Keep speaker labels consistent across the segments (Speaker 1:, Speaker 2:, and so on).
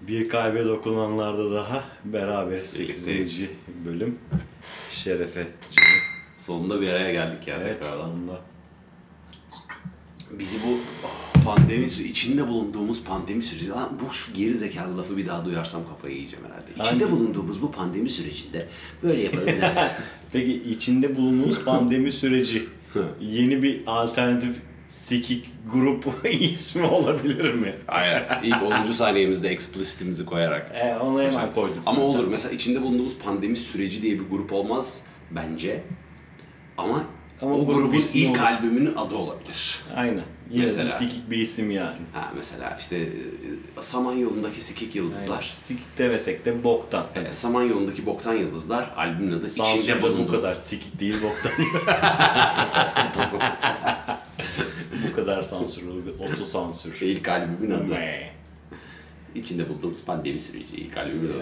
Speaker 1: Bir Kalbe Dokunanlar'da daha beraberiz.
Speaker 2: Birlikteyiz.
Speaker 1: 8. bölüm. Şerefe. Cemil.
Speaker 2: Sonunda bir araya geldik ya
Speaker 1: Evet.
Speaker 2: tekrardan.
Speaker 1: Onunla.
Speaker 2: Bizi bu pandemi sü- içinde bulunduğumuz pandemi süreci lan bu şu geri zekalı lafı bir daha duyarsam kafayı yiyeceğim herhalde. İçinde
Speaker 1: Aynen.
Speaker 2: bulunduğumuz bu pandemi sürecinde böyle yapalım.
Speaker 1: Peki içinde bulunduğumuz pandemi süreci yeni bir alternatif sikik grup ismi olabilir mi?
Speaker 2: Aynen. İlk 10. saniyemizde explicitimizi koyarak.
Speaker 1: E, onu hemen koydum.
Speaker 2: Ama
Speaker 1: zaten.
Speaker 2: olur. Mesela içinde bulunduğumuz pandemi süreci diye bir grup olmaz bence. Ama,
Speaker 1: Ama
Speaker 2: o
Speaker 1: grup
Speaker 2: grubun
Speaker 1: ismi
Speaker 2: ilk
Speaker 1: olur.
Speaker 2: albümünün adı olabilir.
Speaker 1: Aynen. Yine de
Speaker 2: Mesela.
Speaker 1: sikik bir isim yani.
Speaker 2: Ha mesela işte e, Samanyolu'ndaki Sikik Yıldızlar.
Speaker 1: Aynen. Sikik demesek de boktan.
Speaker 2: E, Samanyolu'ndaki Boktan Yıldızlar albümün adı
Speaker 1: Samsun'da
Speaker 2: içinde bulunduğumuz.
Speaker 1: bu kadar sikik değil boktan. bu kadar sansür, otosansür.
Speaker 2: İlk Şey, albümün adı.
Speaker 1: Meh.
Speaker 2: İçinde bulduğumuz pandemi süreci ilk albümün adı.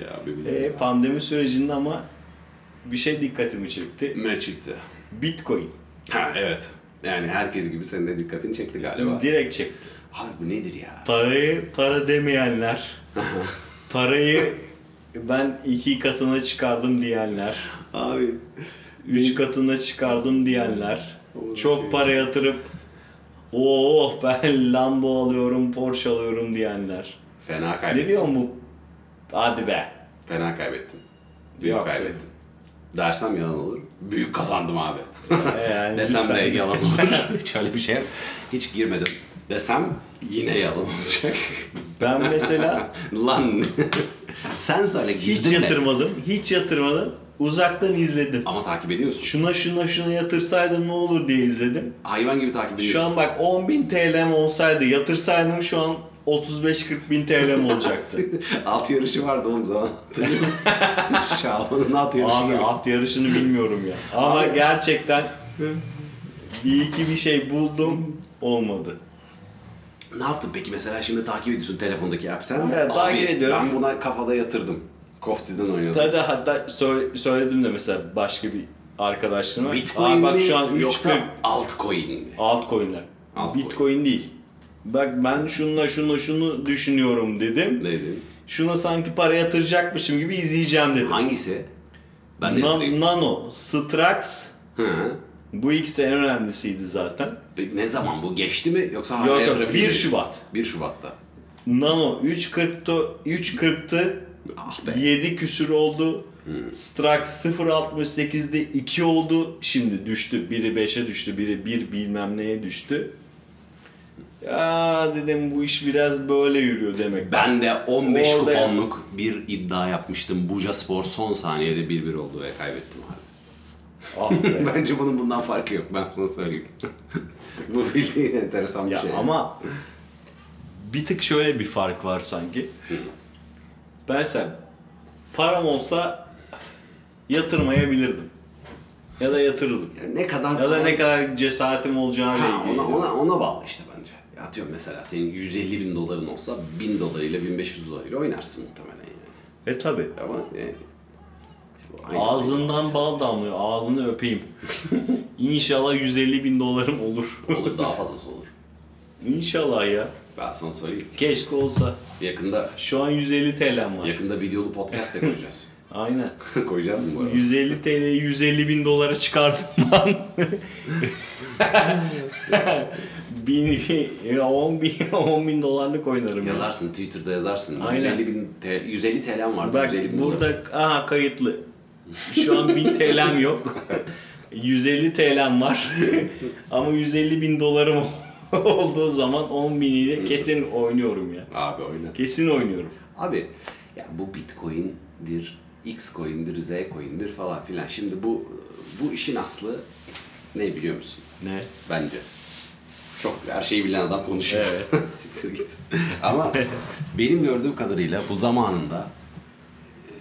Speaker 2: Ya, albümün adı.
Speaker 1: E, pandemi sürecinde ama bir şey dikkatimi çekti.
Speaker 2: ne çıktı?
Speaker 1: Bitcoin.
Speaker 2: Ha evet. Yani herkes gibi senin de dikkatini çekti galiba.
Speaker 1: Direkt çekti.
Speaker 2: Abi bu nedir ya?
Speaker 1: Parayı para demeyenler, parayı ben iki katına çıkardım diyenler,
Speaker 2: Abi.
Speaker 1: üç katına çıkardım diyenler,
Speaker 2: Olur
Speaker 1: çok
Speaker 2: şey.
Speaker 1: para yatırıp oh ben Lambo alıyorum, Porsche alıyorum diyenler.
Speaker 2: Fena
Speaker 1: Ne
Speaker 2: kaybettim.
Speaker 1: diyor bu? Hadi be.
Speaker 2: Fena kaybettim. Büyük
Speaker 1: Yok şey- canım.
Speaker 2: kaybettim. Dersem yalan olur. Büyük kazandım abi.
Speaker 1: E, yani
Speaker 2: Desem de
Speaker 1: lütfen.
Speaker 2: yalan olur. Hiç öyle bir şey yok. Hiç girmedim. Desem yine yalan olacak.
Speaker 1: Ben mesela
Speaker 2: Lan. Sen söyle girdin
Speaker 1: hiç
Speaker 2: de.
Speaker 1: yatırmadım, hiç yatırmadım. Uzaktan izledim.
Speaker 2: Ama takip ediyorsun.
Speaker 1: şuna şuna şuna yatırsaydım ne olur diye izledim.
Speaker 2: Hayvan gibi takip ediyorsun.
Speaker 1: Şu an bak 10.000 TL'm olsaydı yatırsaydım şu an 35-40 bin TL'm olacaktı.
Speaker 2: at yarışı vardı oğlum zaman. Hatırlıyor musun? Şaban'ın at yarışı
Speaker 1: Abi
Speaker 2: gibi.
Speaker 1: at yarışını bilmiyorum ya. Ama
Speaker 2: Abi-
Speaker 1: gerçekten bir iki bir şey buldum olmadı.
Speaker 2: Ne yaptın peki mesela şimdi takip ediyorsun telefondaki app'ten.
Speaker 1: Evet,
Speaker 2: Abi,
Speaker 1: takip ediyorum.
Speaker 2: Ben buna kafada yatırdım. Koftiden oynadım.
Speaker 1: Hatta, hatta söyle- söyledim de mesela başka bir arkadaşlarıma.
Speaker 2: Bitcoin
Speaker 1: Aa, bak
Speaker 2: mi
Speaker 1: şu an üç
Speaker 2: yoksa
Speaker 1: gün-
Speaker 2: altcoin mi?
Speaker 1: altcoin'ler.
Speaker 2: Altcoin.
Speaker 1: Bitcoin değil. Bak ben şunla şunla şunu düşünüyorum dedim.
Speaker 2: Neydi?
Speaker 1: Şuna sanki para yatıracakmışım gibi izleyeceğim dedim.
Speaker 2: Hangisi? Ben de
Speaker 1: Na-
Speaker 2: yatırayım.
Speaker 1: Nano, Strax
Speaker 2: Hı.
Speaker 1: bu ikisi en önemlisiydi zaten.
Speaker 2: Peki Ne zaman bu? Geçti mi? Yoksa hala
Speaker 1: Yok yok,
Speaker 2: yatırabilir
Speaker 1: 1
Speaker 2: miyiz?
Speaker 1: Şubat.
Speaker 2: 1 Şubat'ta.
Speaker 1: Nano 3.40'tı 3.40'tı
Speaker 2: Ah be. Hmm.
Speaker 1: 7 küsür oldu. Strax 0.68'de 2 oldu. Şimdi düştü. Biri 5'e düştü. Biri 1 bilmem neye düştü. Ya dedim bu iş biraz böyle yürüyor demek.
Speaker 2: Ben de 15
Speaker 1: Orada-
Speaker 2: kuponluk bir iddia yapmıştım. Buca Spor son saniyede 1-1 oldu ve kaybettim abi.
Speaker 1: Ah be.
Speaker 2: Bence bunun bundan farkı yok. Ben sana söyleyeyim. Bu bildiğin enteresan bir
Speaker 1: Ya
Speaker 2: şey.
Speaker 1: ama bir tık şöyle bir fark var sanki. Ben sen param olsa yatırmayabilirdim. Ya da yatırırdım.
Speaker 2: Ya ne kadar...
Speaker 1: Ya da ne kadar cesaretim olacağına
Speaker 2: Ha,
Speaker 1: ilgili.
Speaker 2: ona, ona, ona bağlı işte bence. Ya atıyorum mesela senin 150 bin doların olsa 1000 dolarıyla 1500 dolarıyla oynarsın muhtemelen yani.
Speaker 1: E tabi.
Speaker 2: Ama yani... bu aynı-
Speaker 1: Ağzından bal damlıyor. Ağzını öpeyim. İnşallah 150 bin dolarım olur.
Speaker 2: Olur daha fazlası olur.
Speaker 1: İnşallah ya.
Speaker 2: Ben sana söyleyeyim.
Speaker 1: Keşke olsa.
Speaker 2: Yakında
Speaker 1: Şu an 150 TL'm var.
Speaker 2: yakında videolu podcast da koyacağız.
Speaker 1: Aynen.
Speaker 2: koyacağız mı bu arada?
Speaker 1: 150 TL'yi 150 bin dolara çıkardım lan. bin, e, 10 bin, 10 bin dolarlık oynarım. ya.
Speaker 2: Yazarsın Twitter'da yazarsın.
Speaker 1: Aynen.
Speaker 2: 150 bin te- 150 TL'm vardı.
Speaker 1: Bak
Speaker 2: 150 bin dolar.
Speaker 1: burada aha kayıtlı. Şu an 1000 TL'm yok. 150 TL'm var. Ama 150 bin dolarım olduğu zaman 10 bin ile kesin oynuyorum ya.
Speaker 2: Abi oyna.
Speaker 1: Kesin oynuyorum.
Speaker 2: Abi ya bu Bitcoin'dir, Xcoin'dir, Zcoin'dir falan filan. Şimdi bu bu işin aslı ne biliyor musun?
Speaker 1: Ne?
Speaker 2: Bence. Çok her şeyi bilen adam konuşuyor.
Speaker 1: Evet.
Speaker 2: Siktir git. Ama benim gördüğüm kadarıyla bu zamanında e,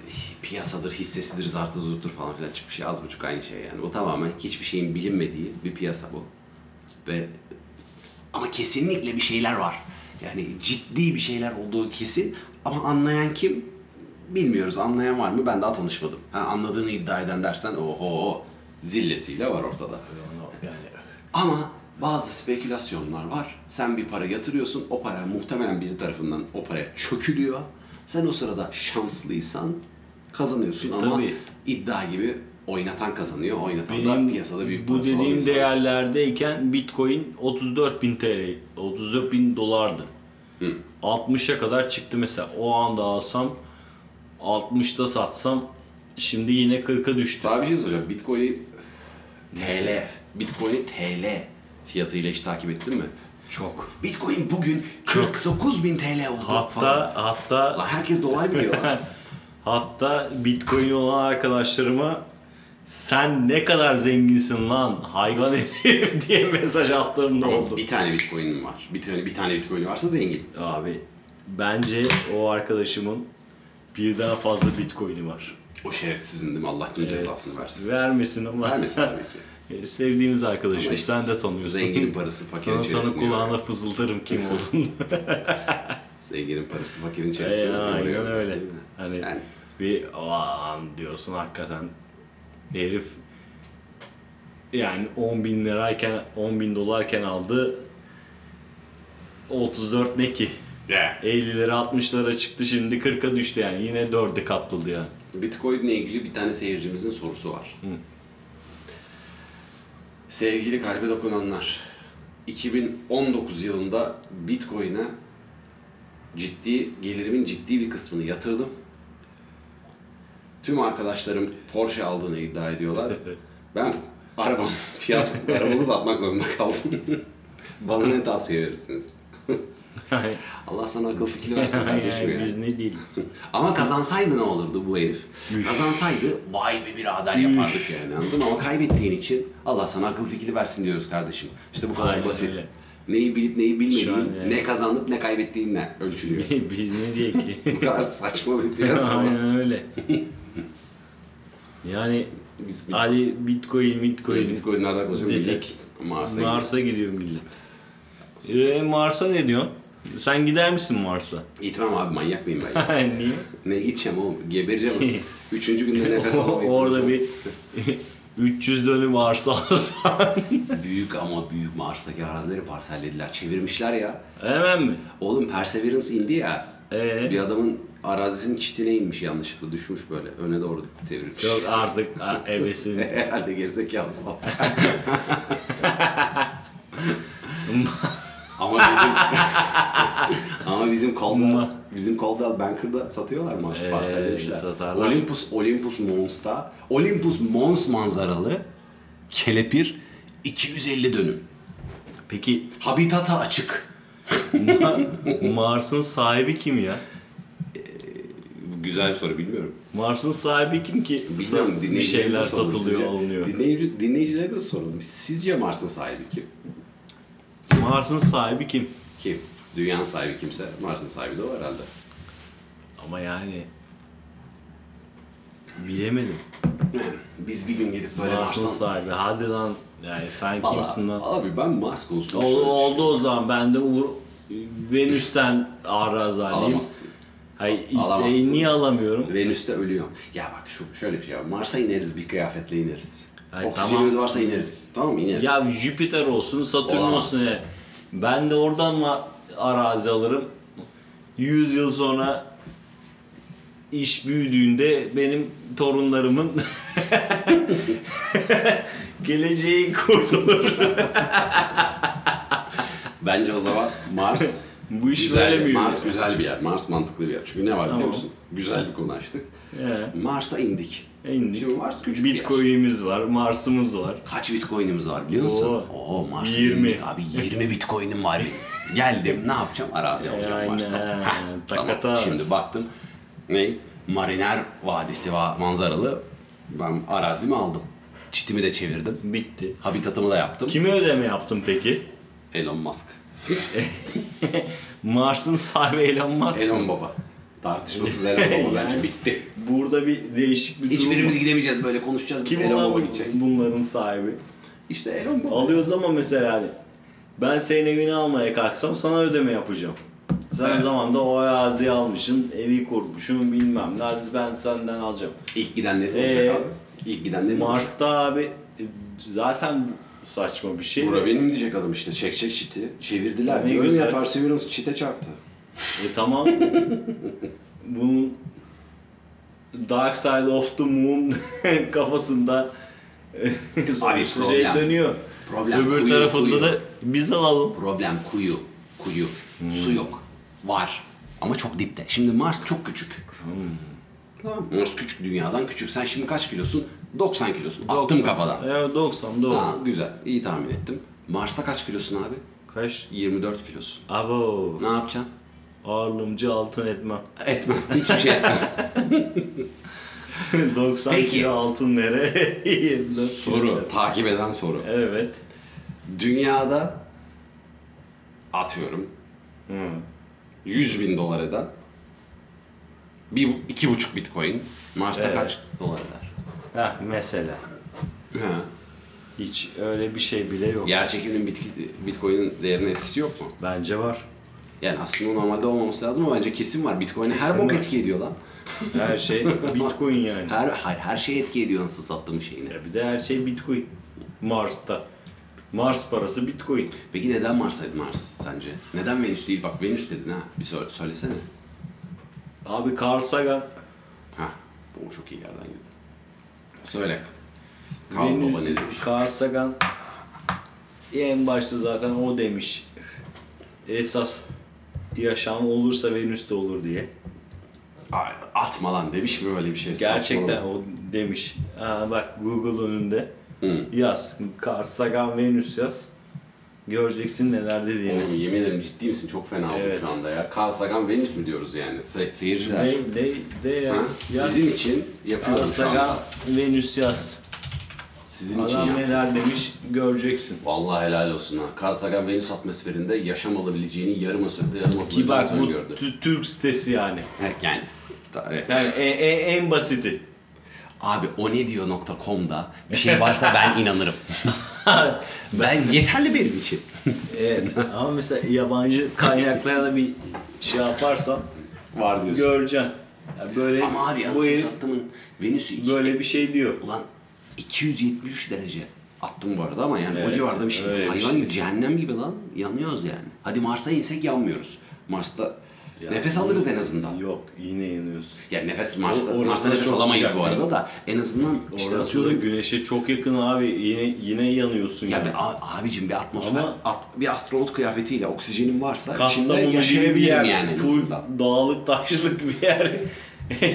Speaker 2: piyasadır, hissesidir, zartı zurttur falan filan çıkmış şey az buçuk aynı şey yani. Bu tamamen hiçbir şeyin bilinmediği bir piyasa bu. Ve ama kesinlikle bir şeyler var. Yani ciddi bir şeyler olduğu kesin ama anlayan kim bilmiyoruz. Anlayan var mı? Ben daha tanışmadım. Ha, anladığını iddia eden dersen oho zillesiyle var ortada. Ama bazı spekülasyonlar var. Sen bir para yatırıyorsun, o para muhtemelen biri tarafından o para çökülüyor. Sen o sırada şanslıysan kazanıyorsun
Speaker 1: E,
Speaker 2: ama
Speaker 1: tabii.
Speaker 2: iddia gibi oynatan kazanıyor. Oynatan
Speaker 1: Benim
Speaker 2: da piyasada büyük
Speaker 1: bu
Speaker 2: parası olan
Speaker 1: dediğim
Speaker 2: insan.
Speaker 1: değerlerdeyken Bitcoin 34 bin TL, 34 bin dolardı. 60'a kadar çıktı mesela. O anda alsam 60'ta satsam şimdi yine 40'a düştü.
Speaker 2: Sana bir şey soracağım. Bitcoin'i
Speaker 1: Mesela.
Speaker 2: TL. Bitcoin'i TL fiyatıyla hiç takip ettin mi?
Speaker 1: Çok.
Speaker 2: Bitcoin bugün 49 bin TL oldu falan.
Speaker 1: Hatta hatta
Speaker 2: Lan herkes dolar biliyor lan.
Speaker 1: hatta Bitcoin olan arkadaşlarıma sen ne kadar zenginsin lan hayvan herif diye mesaj attığımda oldu.
Speaker 2: Bir tane Bitcoin'im var. Bir tane bir tane Bitcoin'i varsa zengin.
Speaker 1: Abi bence o arkadaşımın birden fazla bitcoin'i var.
Speaker 2: O şerefsizin değil mi? Allah tüm
Speaker 1: Evet.
Speaker 2: cezasını versin.
Speaker 1: Vermesin ama. Ee,
Speaker 2: Vermesin tabii ki.
Speaker 1: Sevdiğimiz arkadaşım.
Speaker 2: Ama işte
Speaker 1: Sen de tanıyorsun.
Speaker 2: Zenginin parası fakirin
Speaker 1: Sana, sana
Speaker 2: içerisine
Speaker 1: kulağına
Speaker 2: yoruyor.
Speaker 1: fızıldarım kim olduğunu.
Speaker 2: Zenginin parası fakirin içerisine
Speaker 1: Ee, Aynen
Speaker 2: yoruyor biraz,
Speaker 1: öyle.
Speaker 2: değil mi?
Speaker 1: Hani
Speaker 2: Yani.
Speaker 1: bir aman diyorsun hakikaten. Herif yani 10 bin lirayken 10 bin dolarken aldı 34 ne ki?
Speaker 2: Ya.
Speaker 1: 50'lere 60'lara çıktı şimdi 40'a düştü yani. Yine 4'e katladı yani.
Speaker 2: Bitcoin'le ilgili bir tane seyircimizin sorusu var.
Speaker 1: Hı.
Speaker 2: Sevgili kalbe dokunanlar, 2019 yılında Bitcoin'e ciddi gelirimin ciddi bir kısmını yatırdım. Tüm arkadaşlarım Porsche aldığını iddia ediyorlar. Ben arabam, fiyat arabamı satmak zorunda kaldım. Bana ne tavsiye verirsiniz? Allah sana akıl fikir versin kardeşim ya.
Speaker 1: Biz ne değiliz.
Speaker 2: Ama kazansaydı ne olurdu bu herif? Kazansaydı vay be birader yapardık yani anladın mı? Ama kaybettiğin için Allah sana akıl fikri versin diyoruz kardeşim. İşte bu kadar
Speaker 1: Aynen
Speaker 2: basit.
Speaker 1: öyle.
Speaker 2: Neyi bilip neyi
Speaker 1: Şu an
Speaker 2: bilmediğin,
Speaker 1: yani.
Speaker 2: ne kazanıp ne kaybettiğinle ölçülüyor.
Speaker 1: Biz ne diye ki?
Speaker 2: bu kadar saçma bir piyasa var.
Speaker 1: Aynen öyle. Yani
Speaker 2: Biz bit-
Speaker 1: hadi bitcoin bitcoin.
Speaker 2: Bitcoin'lerden konuşuyoruz.
Speaker 1: Dedik.
Speaker 2: Millet Mars'a gidiyor.
Speaker 1: Mars'a gidiyor millet. Ee, Mars'a ne diyorsun? Sen gider misin Mars'a?
Speaker 2: Gitmem abi manyak mıyım ben? ya?
Speaker 1: Niye?
Speaker 2: ne gideceğim oğlum? Gebereceğim. Üçüncü günde nefes alamayıp
Speaker 1: Orada
Speaker 2: duracağım.
Speaker 1: bir 300 dönüm arsa alsan.
Speaker 2: Büyük ama büyük Mars'taki arazileri parsellediler. Çevirmişler ya.
Speaker 1: Hemen mi?
Speaker 2: Oğlum Perseverance indi ya.
Speaker 1: Ee?
Speaker 2: Bir adamın arazisinin çitine inmiş yanlışlıkla düşmüş böyle. Öne doğru devrilmiş.
Speaker 1: Yok artık a- evesin.
Speaker 2: Herhalde gerizekalı salak. ama bizim ama bizim Caldwell,
Speaker 1: Ma-
Speaker 2: bizim Caldwell Banker'da satıyorlar Mars
Speaker 1: Ee,
Speaker 2: parsellemişler.
Speaker 1: satarlar.
Speaker 2: Olympus, Olympus Mons'ta, Olympus Mons manzaralı kelepir 250 dönüm.
Speaker 1: Peki
Speaker 2: Habitata açık.
Speaker 1: Ma- Mars'ın sahibi kim ya?
Speaker 2: Güzel bir soru bilmiyorum.
Speaker 1: Mars'ın sahibi kim ki?
Speaker 2: Bilmiyorum
Speaker 1: bir
Speaker 2: dinleyicilerimize
Speaker 1: şeyler
Speaker 2: soralım.
Speaker 1: satılıyor,
Speaker 2: Sizce-
Speaker 1: alınıyor.
Speaker 2: Dinleyici, dinleyicilerimize soralım. Sizce Mars'ın sahibi kim?
Speaker 1: Mars'ın sahibi kim?
Speaker 2: Kim? Dünyanın sahibi kimse, Mars'ın sahibi de o herhalde.
Speaker 1: Ama yani bilemedim.
Speaker 2: Biz bir gün gidip böyle
Speaker 1: Mars'ın
Speaker 2: Mars'tan...
Speaker 1: sahibi. Hadi lan. Yani sen
Speaker 2: Valla,
Speaker 1: kimsin lan?
Speaker 2: Abi ben Mars konusunda şöyle
Speaker 1: Oldu,
Speaker 2: düşünüyorum.
Speaker 1: oldu o zaman. Ben de Uğur Venüs'ten arazalıyım.
Speaker 2: Alamazsın.
Speaker 1: Hayır işte
Speaker 2: Alamazsın.
Speaker 1: niye alamıyorum?
Speaker 2: Venüs'te ölüyorum. Ya bak şu şöyle bir şey var. Mars'a ineriz bir kıyafetle ineriz.
Speaker 1: Hayır,
Speaker 2: Oksijenimiz varsa ineriz. Tamam mı? İneriz.
Speaker 1: Ya Jüpiter olsun, Satürn
Speaker 2: Olamaz.
Speaker 1: olsun. yani. Ben de oradan mı arazi alırım? 100 yıl sonra iş büyüdüğünde benim torunlarımın geleceği kurtulur.
Speaker 2: Bence o zaman Mars
Speaker 1: Bu iş
Speaker 2: güzel,
Speaker 1: böyle mi yürüyor?
Speaker 2: Mars güzel bir yer. Mars mantıklı bir yer. Çünkü ne var
Speaker 1: Tamam.
Speaker 2: biliyor musun? Güzel bir konu açtık.
Speaker 1: He.
Speaker 2: Mars'a indik.
Speaker 1: İndik.
Speaker 2: Şimdi Mars küçük bir yer.
Speaker 1: Bitcoin'imiz var, Mars'ımız var.
Speaker 2: Kaç bitcoin'imiz var biliyor musun?
Speaker 1: Oo.
Speaker 2: Oo, Mars'a
Speaker 1: 20.
Speaker 2: indik abi 20 bitcoin'im var benim. Geldim ne yapacağım? Arazi alacağım
Speaker 1: Aynen.
Speaker 2: Mars'tan. Hah,
Speaker 1: Takata.
Speaker 2: tamam. Şimdi baktım. Ne? Mariner Vadisi va- manzaralı. Ben arazimi aldım. Çitimi de çevirdim.
Speaker 1: Bitti.
Speaker 2: Habitatımı da yaptım.
Speaker 1: Kime ödeme yaptın peki?
Speaker 2: Elon Musk.
Speaker 1: Mars'ın sahibi Elon Musk.
Speaker 2: Elon Baba. Tartışmasız Elon Baba bence
Speaker 1: Yani.
Speaker 2: bitti.
Speaker 1: Burada bir değişik bir
Speaker 2: Hiçbirimiz
Speaker 1: durum.
Speaker 2: gidemeyeceğiz böyle konuşacağız.
Speaker 1: Kim
Speaker 2: Elon
Speaker 1: olan
Speaker 2: Baba
Speaker 1: bu-
Speaker 2: gidecek.
Speaker 1: bunların sahibi?
Speaker 2: İşte Elon Baba.
Speaker 1: Alıyoruz ama mesela hani ben senin evini almaya kalksam sana ödeme yapacağım. Sen
Speaker 2: Evet.
Speaker 1: zamanda o araziyi almışsın, evi kurmuşsun bilmem ne. Hadi ben senden alacağım.
Speaker 2: İlk gidenleri olacak
Speaker 1: Ee,
Speaker 2: abi. İlk gidenleri olacak.
Speaker 1: Mars'ta abi e, zaten bu saçma bir şey.
Speaker 2: Bura benim diyecek adam işte. Çekecek çiti. Çevirdiler.
Speaker 1: Ne
Speaker 2: Diyorum
Speaker 1: güzel.
Speaker 2: ya Perseverance çite çarptı.
Speaker 1: E tamam. E, bunun Dark Side of the Moon kafasında e,
Speaker 2: Abi
Speaker 1: sonuçta şey
Speaker 2: problem.
Speaker 1: dönüyor.
Speaker 2: Problem
Speaker 1: Öbür
Speaker 2: kuyu,
Speaker 1: tarafında
Speaker 2: kuyu.
Speaker 1: da biz alalım.
Speaker 2: Problem kuyu. Kuyu. Su yok. Var. Ama çok dipte. Şimdi Mars çok küçük. Tamam. Mars küçük dünyadan küçük. Sen şimdi kaç kilosun? 90 kilosun. Attım
Speaker 1: 90.
Speaker 2: kafadan.
Speaker 1: Evet 90 doğru.
Speaker 2: Ha, güzel. İyi tahmin ettim. Mars'ta kaç kilosun abi?
Speaker 1: Kaç?
Speaker 2: 24 kilosun.
Speaker 1: Abo.
Speaker 2: Ne yapacaksın?
Speaker 1: Ağırlımcı altın etmem.
Speaker 2: Etmem. Hiçbir şey etmem.
Speaker 1: 90
Speaker 2: Peki.
Speaker 1: kilo altın nere? 24 kilo
Speaker 2: soru.
Speaker 1: nere?
Speaker 2: Takip eden soru.
Speaker 1: Evet.
Speaker 2: Dünyada atıyorum
Speaker 1: Hı.
Speaker 2: 100 bin dolar eden bir, iki buçuk bitcoin Mars'ta
Speaker 1: Evet.
Speaker 2: kaç dolar eder?
Speaker 1: Heh, mesela.
Speaker 2: Ha.
Speaker 1: Hiç öyle bir şey bile yok.
Speaker 2: Yer çekiminin bitki, bitcoin'in değerine etkisi yok mu?
Speaker 1: Bence var.
Speaker 2: Yani aslında normalde olmaması lazım ama bence kesin var. Bitcoin'e her
Speaker 1: Kesin
Speaker 2: bok
Speaker 1: var.
Speaker 2: etki ediyor lan.
Speaker 1: Her şey bitcoin yani.
Speaker 2: Her, her, her şey etki ediyor nasıl sattığım şeyini.
Speaker 1: Ya bir de her şey bitcoin. Mars'ta. Mars parası bitcoin.
Speaker 2: Peki neden Mars'aydı Mars sence? Neden Venüs değil? Bak Venüs dedin ha. Bir sö- söylesene.
Speaker 1: Abi Carl Sagan
Speaker 2: Ha. Bu çok iyi yerden girdin. Söyle. Kaan
Speaker 1: Venüs-
Speaker 2: Baba ne demiş?
Speaker 1: Carl Sagan en başta zaten o demiş. Esas yaşam olursa Venüs'te olur diye.
Speaker 2: Ay, Atma lan demiş mi böyle bir şey?
Speaker 1: Gerçekten
Speaker 2: Saçmalama.
Speaker 1: o demiş. Aa, bak Google önünde.
Speaker 2: Hı.
Speaker 1: Yaz. Carl Sagan Venüs yaz. Göreceksin neler dediğini.
Speaker 2: Oğlum yemin ederim ciddi misin? Çok fena oldu
Speaker 1: Evet.
Speaker 2: şu anda ya. Carl Sagan Venüs mü diyoruz yani? Se- seyirciler.
Speaker 1: De, de, de ya.
Speaker 2: Ha?
Speaker 1: yaz.
Speaker 2: Sizin için
Speaker 1: Carl
Speaker 2: yapıyorum şu
Speaker 1: Sagan
Speaker 2: anda.
Speaker 1: Venüs yaz.
Speaker 2: Sizin için
Speaker 1: Adam
Speaker 2: yaptım.
Speaker 1: neler demiş göreceksin.
Speaker 2: Vallahi helal olsun ha. Carl Sagan Venüs atmosferinde yaşam alabileceğini yarım asırda yarım
Speaker 1: Ki
Speaker 2: asırda
Speaker 1: bak bu
Speaker 2: söylüyordu.
Speaker 1: tü- Türk sitesi yani.
Speaker 2: He, yani. Ta- Evet.
Speaker 1: Yani e- e- en basiti.
Speaker 2: Abi o ne diyor .com'da bir şey varsa ben inanırım. ben yeterli benim için.
Speaker 1: Evet. E, Ama mesela yabancı kaynaklara da bir şey yaparsan
Speaker 2: Var diyorsun.
Speaker 1: göreceksin. Yani böyle
Speaker 2: Ama abi
Speaker 1: bu
Speaker 2: anasını
Speaker 1: herif
Speaker 2: sattımın Venüs'ü iki,
Speaker 1: böyle bir şey diyor.
Speaker 2: Ulan 273 derece attım bu arada ama yani o
Speaker 1: Evet,
Speaker 2: civarda bir şey.
Speaker 1: öyle bir
Speaker 2: Hayvan
Speaker 1: şey.
Speaker 2: gibi cehennem gibi lan yanıyoruz yani. Hadi Mars'a insek yanmıyoruz. Mars'ta
Speaker 1: Ya,
Speaker 2: nefes alırız en azından.
Speaker 1: Yok yine yanıyorsun.
Speaker 2: Yani nefes Mars'ta,
Speaker 1: O- orası
Speaker 2: Mars'ta
Speaker 1: da
Speaker 2: nefes
Speaker 1: çok
Speaker 2: alamayız
Speaker 1: sıcak
Speaker 2: bu
Speaker 1: değil
Speaker 2: arada
Speaker 1: mi?
Speaker 2: da en azından işte
Speaker 1: Orası da
Speaker 2: atıyorum
Speaker 1: güneşe çok yakın abi. Yine yine yanıyorsun
Speaker 2: ya
Speaker 1: yani.
Speaker 2: bir a- abicim bir atmosfer,
Speaker 1: Ama-
Speaker 2: at- bir astronot kıyafetiyle oksijenim varsa içinde
Speaker 1: Kastamonu gibi bir yer,
Speaker 2: yaşayabilirim yani en
Speaker 1: full
Speaker 2: azından.
Speaker 1: dağlık taşlık bir yer.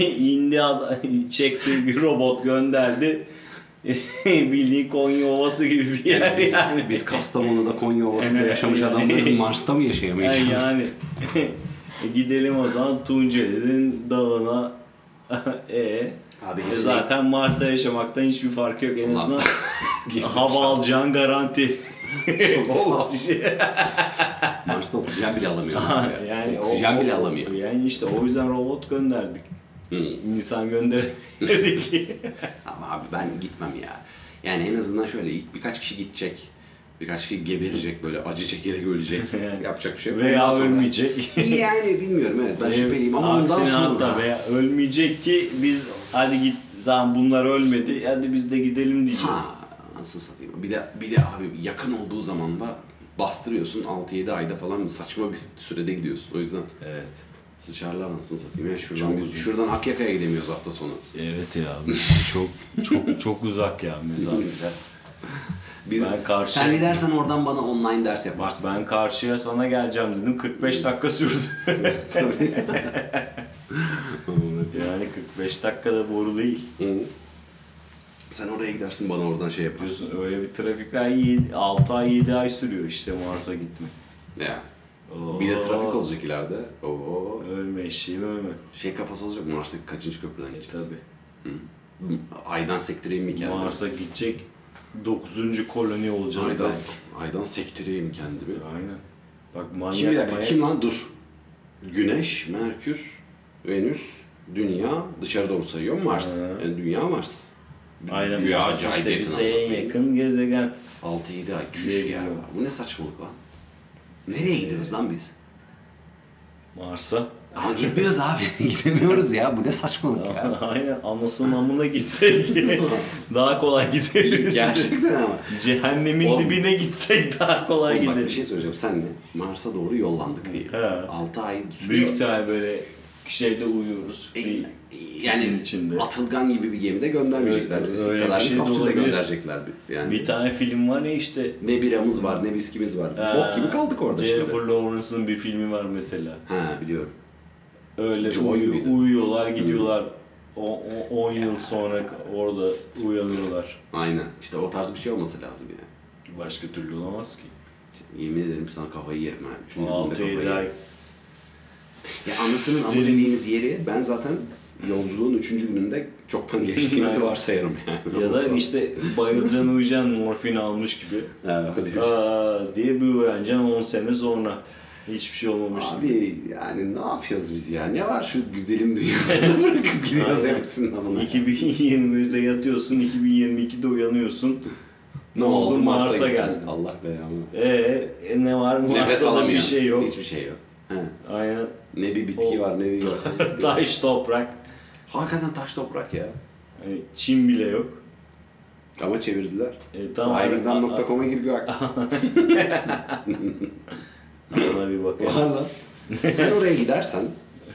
Speaker 1: İndi adam, çekti bir robot gönderdi. Bildiğin Konya Ovası gibi bir yer
Speaker 2: Yani
Speaker 1: yani.
Speaker 2: biz, biz Kastamonu'da Konya Ovası'nda
Speaker 1: Evet,
Speaker 2: yaşamış
Speaker 1: yani.
Speaker 2: adamlarız Mars'ta mı
Speaker 1: yani,
Speaker 2: yaşayamayacağız?
Speaker 1: yani. E, gidelim o zaman Tunceli'nin dağına. e,
Speaker 2: Abi
Speaker 1: E,
Speaker 2: hepsini-
Speaker 1: zaten Mars'ta yaşamaktan hiçbir farkı yok en
Speaker 2: Ulan.
Speaker 1: azından. Hava alacağın garanti.
Speaker 2: Çok sağ ol.
Speaker 1: Oksijen.
Speaker 2: Mars'ta oksijen bile alamıyor. abi.
Speaker 1: yani
Speaker 2: oksijen
Speaker 1: o-
Speaker 2: bile
Speaker 1: o-
Speaker 2: alamıyor.
Speaker 1: Yani işte o yüzden robot gönderdik. İnsan gönderemedik.
Speaker 2: Ama abi ben gitmem ya. Yani en azından şöyle ilk birkaç kişi gidecek. Birkaç kişi geberecek böyle acı çekerek ölecek.
Speaker 1: Yani.
Speaker 2: Yapacak bir şey yok. Ondan
Speaker 1: veya
Speaker 2: sonra-
Speaker 1: ölmeyecek.
Speaker 2: Yani bilmiyorum evet ben şüpheliyim ama
Speaker 1: Abi
Speaker 2: ondan
Speaker 1: seni
Speaker 2: sonra.
Speaker 1: hatta veya ölmeyecek ki biz hadi git tamam bunlar ölmedi hadi biz de gidelim diyeceğiz.
Speaker 2: Ha, nasıl satayım? Bir de, bir de abi yakın olduğu zaman da bastırıyorsun 6-7 ayda falan saçma bir sürede gidiyorsun. O yüzden
Speaker 1: Evet.
Speaker 2: sıçarlar anasını satayım. Ya şuradan,
Speaker 1: Çok
Speaker 2: biz,
Speaker 1: uzun.
Speaker 2: şuradan Akyaka'ya gidemiyoruz hafta sonu.
Speaker 1: Evet ya çok çok çok uzak ya mesafeler.
Speaker 2: Biz,
Speaker 1: Ben karşı-
Speaker 2: Sen gidersen oradan bana online ders yaparsın.
Speaker 1: Ben karşıya sana geleceğim dedim 45 dakika sürdü.
Speaker 2: Tabii.
Speaker 1: yani 45 dakikada boru değil.
Speaker 2: Hı. Ee, Sen oraya gidersin bana oradan şey yaparsın.
Speaker 1: Biliyorsun öyle bir trafikler 6 ay 7 ay sürüyor işte Mars'a gitmek.
Speaker 2: Ya.
Speaker 1: Oo.
Speaker 2: Bir de trafik olacak ileride. Oo.
Speaker 1: Ölme eşeğim ölme.
Speaker 2: Şey kafası olacak. Mars'taki kaçıncı köprüden
Speaker 1: E
Speaker 2: gideceğiz?
Speaker 1: tabi.
Speaker 2: Hı. Aydan sektireyim mi kendimi?
Speaker 1: Mars'a gidecek 9. koloni olacağız
Speaker 2: Aydan,
Speaker 1: belki.
Speaker 2: aydan sektireyim kendimi.
Speaker 1: Aynen. Bak manyak
Speaker 2: Kim bir dakika
Speaker 1: manyak-
Speaker 2: kim lan dur. Güneş, Merkür, Venüs, Dünya dışarıda onu sayıyor mu Mars?
Speaker 1: Hı.
Speaker 2: Yani Dünya Mars.
Speaker 1: Aynen.
Speaker 2: Dünya
Speaker 1: Mars
Speaker 2: acayip
Speaker 1: işte
Speaker 2: yakın
Speaker 1: bize en
Speaker 2: anlamda.
Speaker 1: yakın gezegen.
Speaker 2: 6-7 ay
Speaker 1: Ne
Speaker 2: çüş ya.
Speaker 1: bileyim.
Speaker 2: Bu ne saçmalık lan?
Speaker 1: Ee,
Speaker 2: Nereye gidiyoruz lan biz?
Speaker 1: Mars'a.
Speaker 2: Ama gitmiyoruz abi. Gidemiyoruz ya. Bu ne saçmalık ya.
Speaker 1: Aynen anasının amına gitsek daha kolay gideriz.
Speaker 2: Gerçekten ama.
Speaker 1: Cehennemin
Speaker 2: Oğlum.
Speaker 1: dibine gitsek daha kolay
Speaker 2: Oğlum bak bir
Speaker 1: gideriz.
Speaker 2: şey söyleyeceğim. Senle Mars'a doğru yollandık diye.
Speaker 1: He.
Speaker 2: 6 ay sürüyor. E,
Speaker 1: Büyük ihtimal böyle şeyde uyuyoruz. Bir-
Speaker 2: yani
Speaker 1: Filmin içinde.
Speaker 2: atılgan gibi bir gemide göndermeyecekler.
Speaker 1: Evet,
Speaker 2: Bizi
Speaker 1: öyle
Speaker 2: kadar
Speaker 1: bir
Speaker 2: bir
Speaker 1: şey de
Speaker 2: kapsülle
Speaker 1: olabilir.
Speaker 2: gönderecekler. Yani
Speaker 1: Bir tane film var ya işte. Ee,
Speaker 2: ne biramız var ne viskimiz var. Bok gibi kaldık orada
Speaker 1: Jennifer
Speaker 2: şimdi.
Speaker 1: Lawrence'ın bir filmi var mesela.
Speaker 2: Ha biliyorum.
Speaker 1: Öyle
Speaker 2: Joy
Speaker 1: uyu-
Speaker 2: muydu?
Speaker 1: uyuyorlar gidiyorlar.
Speaker 2: Hmm.
Speaker 1: 10 yıl sonra orada uyanıyorlar.
Speaker 2: Aynen. İşte o tarz bir şey olması lazım yani.
Speaker 1: Başka türlü olamaz ki.
Speaker 2: Yemin ederim sana kafayı yerim ha. Üçüncü günde
Speaker 1: 6
Speaker 2: kafayı
Speaker 1: 7 ay.
Speaker 2: yerim. Ya anasının amı dediğiniz yeri ben zaten yolculuğun üçüncü gününde çoktan geçtiğimizi
Speaker 1: Evet.
Speaker 2: varsayarım yani.
Speaker 1: Ya da
Speaker 2: Olsa-
Speaker 1: işte bayılacaksın uyuyacaksın morfin almış gibi.
Speaker 2: Ha, öyle bir şey.
Speaker 1: Aa diye bir uyanacaksın 10 sene sonra. Hiçbir şey olmamış. gibi.
Speaker 2: Abi yani ne yapıyoruz biz ya? Ne var şu güzelim dünyada bırakıp gidiyoruz
Speaker 1: Aynen.
Speaker 2: hepsinin amına.
Speaker 1: 2020'de yatıyorsun, 2022'de uyanıyorsun.
Speaker 2: Ne oldu Mars'a,
Speaker 1: Mars'a
Speaker 2: geldi.
Speaker 1: geldi.
Speaker 2: Allah belamı.
Speaker 1: Ee, e, ne var?
Speaker 2: Nefes
Speaker 1: Mars'ta da
Speaker 2: alamıyor.
Speaker 1: bir şey yok.
Speaker 2: Hiçbir şey yok. He.
Speaker 1: Aynen.
Speaker 2: Ne bir bitki
Speaker 1: O-
Speaker 2: var ne bir yok.
Speaker 1: Taş, toprak.
Speaker 2: Hakikaten taş toprak ya.
Speaker 1: Hani Çin bile yok.
Speaker 2: Ama çevirdiler.
Speaker 1: E, tamam.
Speaker 2: Sahibinden.com'a gir gök.
Speaker 1: Ona bir bakalım.
Speaker 2: Valla. Sen oraya gidersen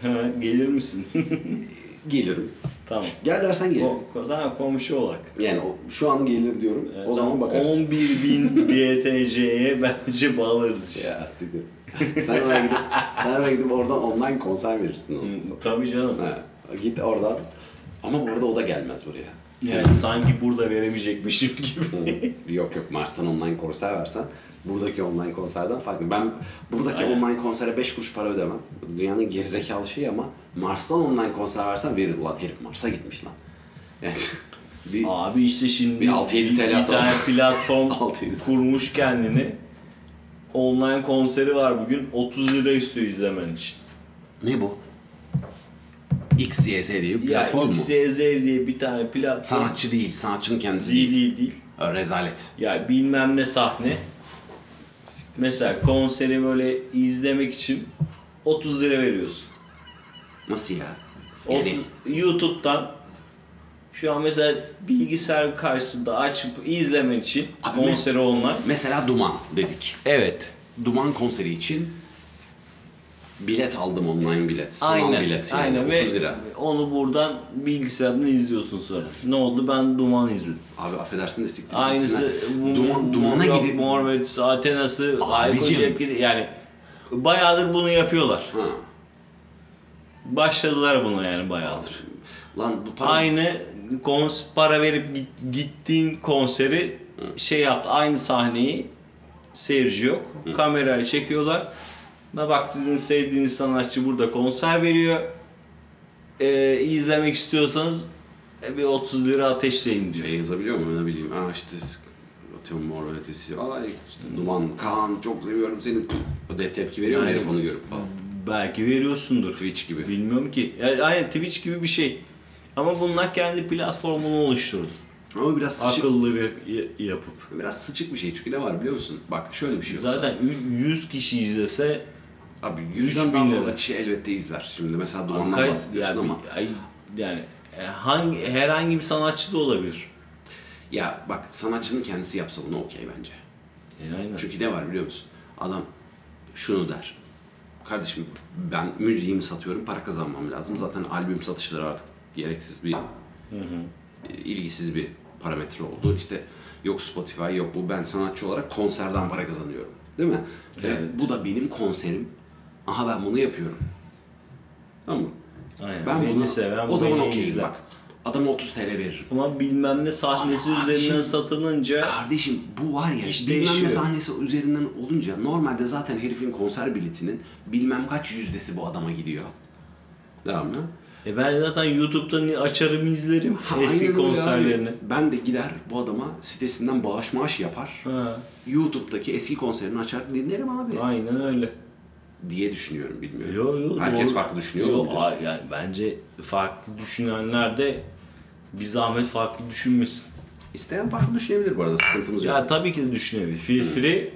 Speaker 1: Ha, Gelir misin?
Speaker 2: gelirim.
Speaker 1: tamam.
Speaker 2: Gel dersen gelirim.
Speaker 1: Ko- ko- tamam komşu olarak.
Speaker 2: Yani o- şu an gelirim diyorum.
Speaker 1: E,
Speaker 2: o zaman
Speaker 1: tamam,
Speaker 2: bakarız.
Speaker 1: 11 bin BTC'ye bence bağlarız. işte.
Speaker 2: Ya siktir. sen oraya gidip, sen oraya gidip oradan online konser verirsin olsun.
Speaker 1: Hı, Tabii canım.
Speaker 2: Ha, git oradan. Ama bu arada o da gelmez buraya.
Speaker 1: Yani sanki burada veremeyecekmişim gibi.
Speaker 2: Hı. yok yok Mars'tan online konser versen buradaki online konserden farklı. Ben buradaki
Speaker 1: Aynen.
Speaker 2: online konsere 5 kuruş para ödemem. Bu Dünyanın gerizekalı şeyi ama Mars'tan online konser versen verir. Ulan herif Mars'a gitmiş lan. Yani bir
Speaker 1: Abi işte şimdi
Speaker 2: Bir 6-7 TL
Speaker 1: bir
Speaker 2: atalım.
Speaker 1: tane platform
Speaker 2: 6-7.
Speaker 1: kurmuş kendini. Online konseri var bugün. 30 lira istiyor izlemen için.
Speaker 2: ne bu? XYZ diye bir
Speaker 1: Ya
Speaker 2: platform mu?
Speaker 1: XYZ diye bir tane platform.
Speaker 2: Sanatçı değil. Sanatçının kendisi
Speaker 1: Değil
Speaker 2: değil.
Speaker 1: değil değil.
Speaker 2: Ö, Rezalet.
Speaker 1: Ya bilmem ne sahne. Mesela konseri böyle izlemek için 30 lira veriyorsun.
Speaker 2: Nasıl ya?
Speaker 1: O-
Speaker 2: Yani
Speaker 1: YouTube'dan şu an mesela bilgisayar karşısında açıp izlemen için
Speaker 2: Abi
Speaker 1: konseri online.
Speaker 2: mesela Duman dedik.
Speaker 1: Evet.
Speaker 2: Duman konseri için bilet aldım online bilet. Sanal
Speaker 1: Aynen.
Speaker 2: bilet yani
Speaker 1: aynen.
Speaker 2: 30 lira.
Speaker 1: Ve onu buradan bilgisayardan izliyorsun sonra. Ne oldu ben Duman izledim.
Speaker 2: Abi affedersin de siktir
Speaker 1: Aynısı
Speaker 2: gitsinler.
Speaker 1: bu-
Speaker 2: Duman,
Speaker 1: bu-
Speaker 2: Duman'a
Speaker 1: Rock
Speaker 2: gidip...
Speaker 1: Mor ve Ötesi, Athena'sı, Ayko
Speaker 2: Abicim.
Speaker 1: Cepkin yani bayağıdır bunu yapıyorlar.
Speaker 2: Ha.
Speaker 1: Başladılar buna yani bayağıdır.
Speaker 2: Lan bu para...
Speaker 1: Aynı kons para verip git- gittiğin konseri şey yaptı. Aynı sahneyi seyirci yok. Kamerayı çekiyorlar. Na bak sizin sevdiğiniz sanatçı burada konser veriyor. Ee, izlemek istiyorsanız e, bir 30 lira ateşleyin diyor.
Speaker 2: Şey yazabiliyor mu ne bileyim. Aa işte atıyorum mor ve ötesi. Aa işte Duman, Kaan çok seviyorum seni. O de tepki veriyor mu
Speaker 1: Aynen.
Speaker 2: herif onu görüp falan.
Speaker 1: Belki veriyorsundur.
Speaker 2: Twitch gibi.
Speaker 1: Bilmiyorum ki. Yani aynı Twitch gibi bir şey. Ama bunlar kendi platformunu oluşturdu.
Speaker 2: Ama biraz sıçık,
Speaker 1: Akıllı bir y- yapıp.
Speaker 2: biraz sıçık bir şey çünkü ne var biliyor musun? Bak şöyle bir şey olsa-
Speaker 1: Zaten ü- 100 kişi izlese
Speaker 2: Abi
Speaker 1: Üç
Speaker 2: yüzden
Speaker 1: bin
Speaker 2: daha
Speaker 1: lira.
Speaker 2: fazla kişi elbette izler. Şimdi mesela Duman'dan
Speaker 1: Kay-
Speaker 2: bahsediyorsun
Speaker 1: ya bir-
Speaker 2: ama.
Speaker 1: ay- yani e, hangi herhangi bir sanatçı da olabilir.
Speaker 2: Ya bak sanatçının kendisi yapsa bunu okey bence.
Speaker 1: E, aynen.
Speaker 2: Çünkü ne var biliyor musun? Adam şunu der. Kardeşim ben müziğimi satıyorum, para kazanmam lazım. Zaten albüm satışları artık gereksiz bir, e, ilgisiz bir parametre oldu. İşte yok Spotify, yok bu. Ben sanatçı olarak konserden para kazanıyorum. Değil mi? Ve
Speaker 1: Evet.
Speaker 2: bu da benim konserim. Aha ben bunu yapıyorum. Tamam mı?
Speaker 1: aynen.
Speaker 2: Ben
Speaker 1: Beni
Speaker 2: bunu,
Speaker 1: seven
Speaker 2: o zaman
Speaker 1: beni
Speaker 2: okeyim
Speaker 1: izler.
Speaker 2: bak. Adama 30 TL veririm.
Speaker 1: Ama bilmem ne sahnesi
Speaker 2: Ama abi
Speaker 1: üzerinden
Speaker 2: şimdi-
Speaker 1: satılınca
Speaker 2: Kardeşim bu var ya
Speaker 1: İş
Speaker 2: bilmem ne
Speaker 1: değişiyor.
Speaker 2: sahnesi üzerinden olunca normalde zaten herifin konser biletinin bilmem kaç yüzdesi bu adama gidiyor. Tamam mı?
Speaker 1: e ben zaten YouTube'dan açarım izlerim
Speaker 2: Ha,
Speaker 1: eski
Speaker 2: aynen öyle abi.
Speaker 1: konserlerini.
Speaker 2: Ben de gider bu adama sitesinden bağış maaş yapar.
Speaker 1: Ha,
Speaker 2: YouTube'daki eski konserini açar dinlerim abi
Speaker 1: aynen öyle.
Speaker 2: diye düşünüyorum bilmiyorum.
Speaker 1: Yo, yo,
Speaker 2: Herkes
Speaker 1: doğru.
Speaker 2: farklı düşünüyor
Speaker 1: Yo,
Speaker 2: olabilir.
Speaker 1: a- yani bence farklı düşünenler de bir zahmet farklı düşünmesin.
Speaker 2: İsteyen farklı düşünebilir bu arada sıkıntımız yok.
Speaker 1: Ya tabii ki de düşünebilir. Feel free.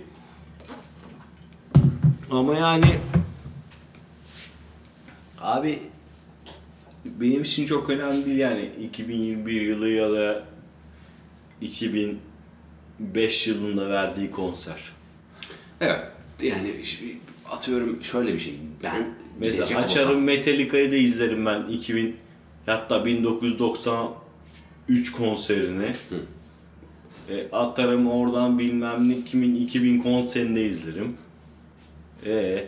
Speaker 1: Ama yani abi benim için çok önemli değil yani 2021 yılı ya da 2005 yılında verdiği konser.
Speaker 2: Evet. Yani şimdi atıyorum şöyle bir şey. Ben
Speaker 1: Mesela
Speaker 2: Gelecek
Speaker 1: açarım
Speaker 2: olsam.
Speaker 1: Metallica'yı da izlerim ben 2000 hatta 1993 konserini. E, atarım oradan bilmem ne kimin 2000 konserini de izlerim. E,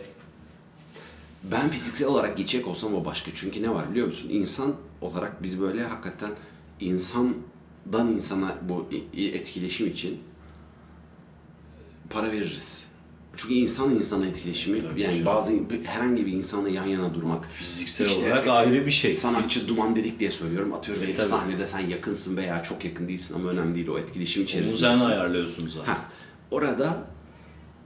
Speaker 2: Ben fiziksel olarak geçecek olsam o başka. Çünkü ne var biliyor musun? İnsan olarak biz böyle hakikaten insandan insana bu i- i- etkileşim için para veririz. Çünkü insan insana etkileşimi
Speaker 1: Tabii
Speaker 2: yani
Speaker 1: canım.
Speaker 2: bazı bir- herhangi bir insanla yan yana durmak
Speaker 1: fiziksel
Speaker 2: İşte
Speaker 1: olarak
Speaker 2: evet,
Speaker 1: ayrı bir şey.
Speaker 2: sanatçı duman dedik diye söylüyorum. Atıyorum
Speaker 1: E,
Speaker 2: bir
Speaker 1: tabii.
Speaker 2: sahnede sen yakınsın veya çok yakın değilsin ama önemli değil o etkileşim
Speaker 1: Onu
Speaker 2: içerisindesin.
Speaker 1: sen ayarlıyorsun zaten.
Speaker 2: Ha, orada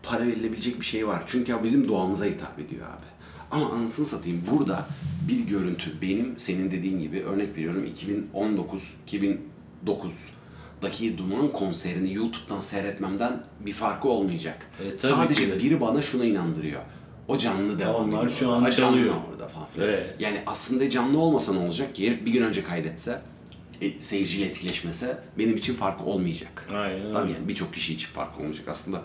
Speaker 2: para verilebilecek bir şey var. Çünkü ya bizim doğamıza hitap ediyor abi. Ama anasını satayım burada bir görüntü benim senin dediğin gibi örnek veriyorum 2019 2009'daki Duman konserini YouTube'dan seyretmemden bir farkı olmayacak.
Speaker 1: E, tabii
Speaker 2: Sadece
Speaker 1: ki de.
Speaker 2: biri bana şuna inandırıyor. O canlı devam
Speaker 1: Onlar
Speaker 2: ediyor.
Speaker 1: şu an
Speaker 2: Ha, canlı
Speaker 1: çalıyor.
Speaker 2: orada falan filan.
Speaker 1: Evet.
Speaker 2: Yani aslında canlı olmasa ne olacak ki? Herif bir gün önce kaydetse, e, seyirciyle etkileşmese benim için farkı olmayacak.
Speaker 1: Aynen öyle.
Speaker 2: Tabii yani birçok kişi için fark olmayacak aslında.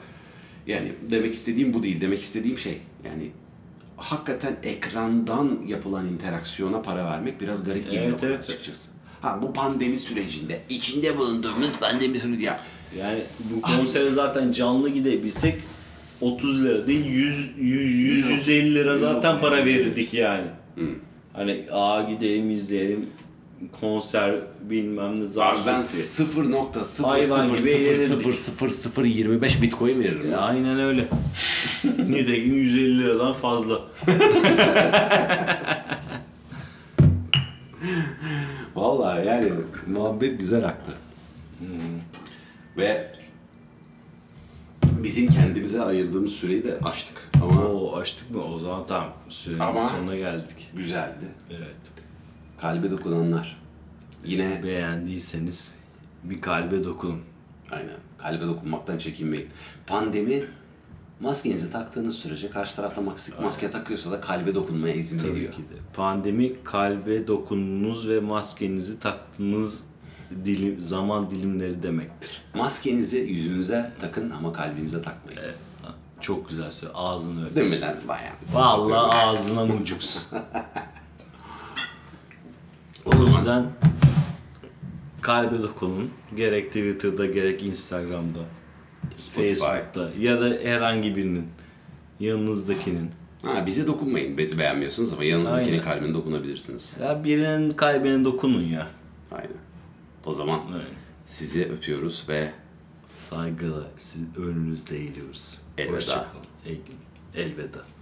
Speaker 2: Yani demek istediğim bu değil. Demek istediğim şey yani hakikaten ekrandan yapılan interaksiyona para vermek biraz garip geliyor
Speaker 1: Evet,
Speaker 2: bana
Speaker 1: evet.
Speaker 2: açıkçası. Ha bu pandemi sürecinde içinde bulunduğumuz pandemi süreci ya
Speaker 1: Yani bu
Speaker 2: Ah.
Speaker 1: konsere zaten canlı gidebilsek 30 lira değil 100, 100 150 lira zaten para verirdik yani. Hani a gidelim izleyelim konser bilmem ne
Speaker 2: Abi ben
Speaker 1: zaten.
Speaker 2: 0.0000025 bitcoin veririm. ya.
Speaker 1: E, Aynen öyle. Nitekim 150 liradan fazla.
Speaker 2: Vallahi yani muhabbet güzel aktı. Ve bizim kendimize ayırdığımız süreyi de açtık. Ama
Speaker 1: Oo açtık mı? O zaman tamam. Sürenin
Speaker 2: Ama-
Speaker 1: sonuna geldik.
Speaker 2: güzeldi.
Speaker 1: Evet.
Speaker 2: Kalbe dokunanlar. Yine
Speaker 1: Beğendiyseniz bir kalbe dokunun.
Speaker 2: aynen kalbe dokunmaktan çekinmeyin. Pandemi maskenizi taktığınız sürece karşı tarafta maske, maske takıyorsa da kalbe dokunmaya izin
Speaker 1: Tabii
Speaker 2: veriyor.
Speaker 1: ki de. Pandemi kalbe dokununuz ve maskenizi taktığınız dilim, zaman dilimleri demektir.
Speaker 2: Maskenizi yüzünüze takın ama kalbinize takmayın.
Speaker 1: Çok güzel söyle. Ağzını öp.
Speaker 2: Değil mi lan? Bayağı.
Speaker 1: Vallahi ağzına mucuksun.
Speaker 2: O
Speaker 1: o
Speaker 2: zaman
Speaker 1: yüzden kalbe dokunun. Gerek Twitter'da gerek Instagram'da.
Speaker 2: Spotify.
Speaker 1: Facebook'ta ya da herhangi birinin yanınızdakinin.
Speaker 2: Ha, bize dokunmayın. Bizi beğenmiyorsunuz ama yanınızdakinin
Speaker 1: Aynen.
Speaker 2: kalbine dokunabilirsiniz.
Speaker 1: Ya birinin kalbine dokunun ya.
Speaker 2: Aynen. O zaman
Speaker 1: Evet.
Speaker 2: sizi öpüyoruz ve
Speaker 1: Saygıyla siz önünüzde eğiliyoruz.
Speaker 2: Elveda.
Speaker 1: Hoşça kalın. El- Elveda.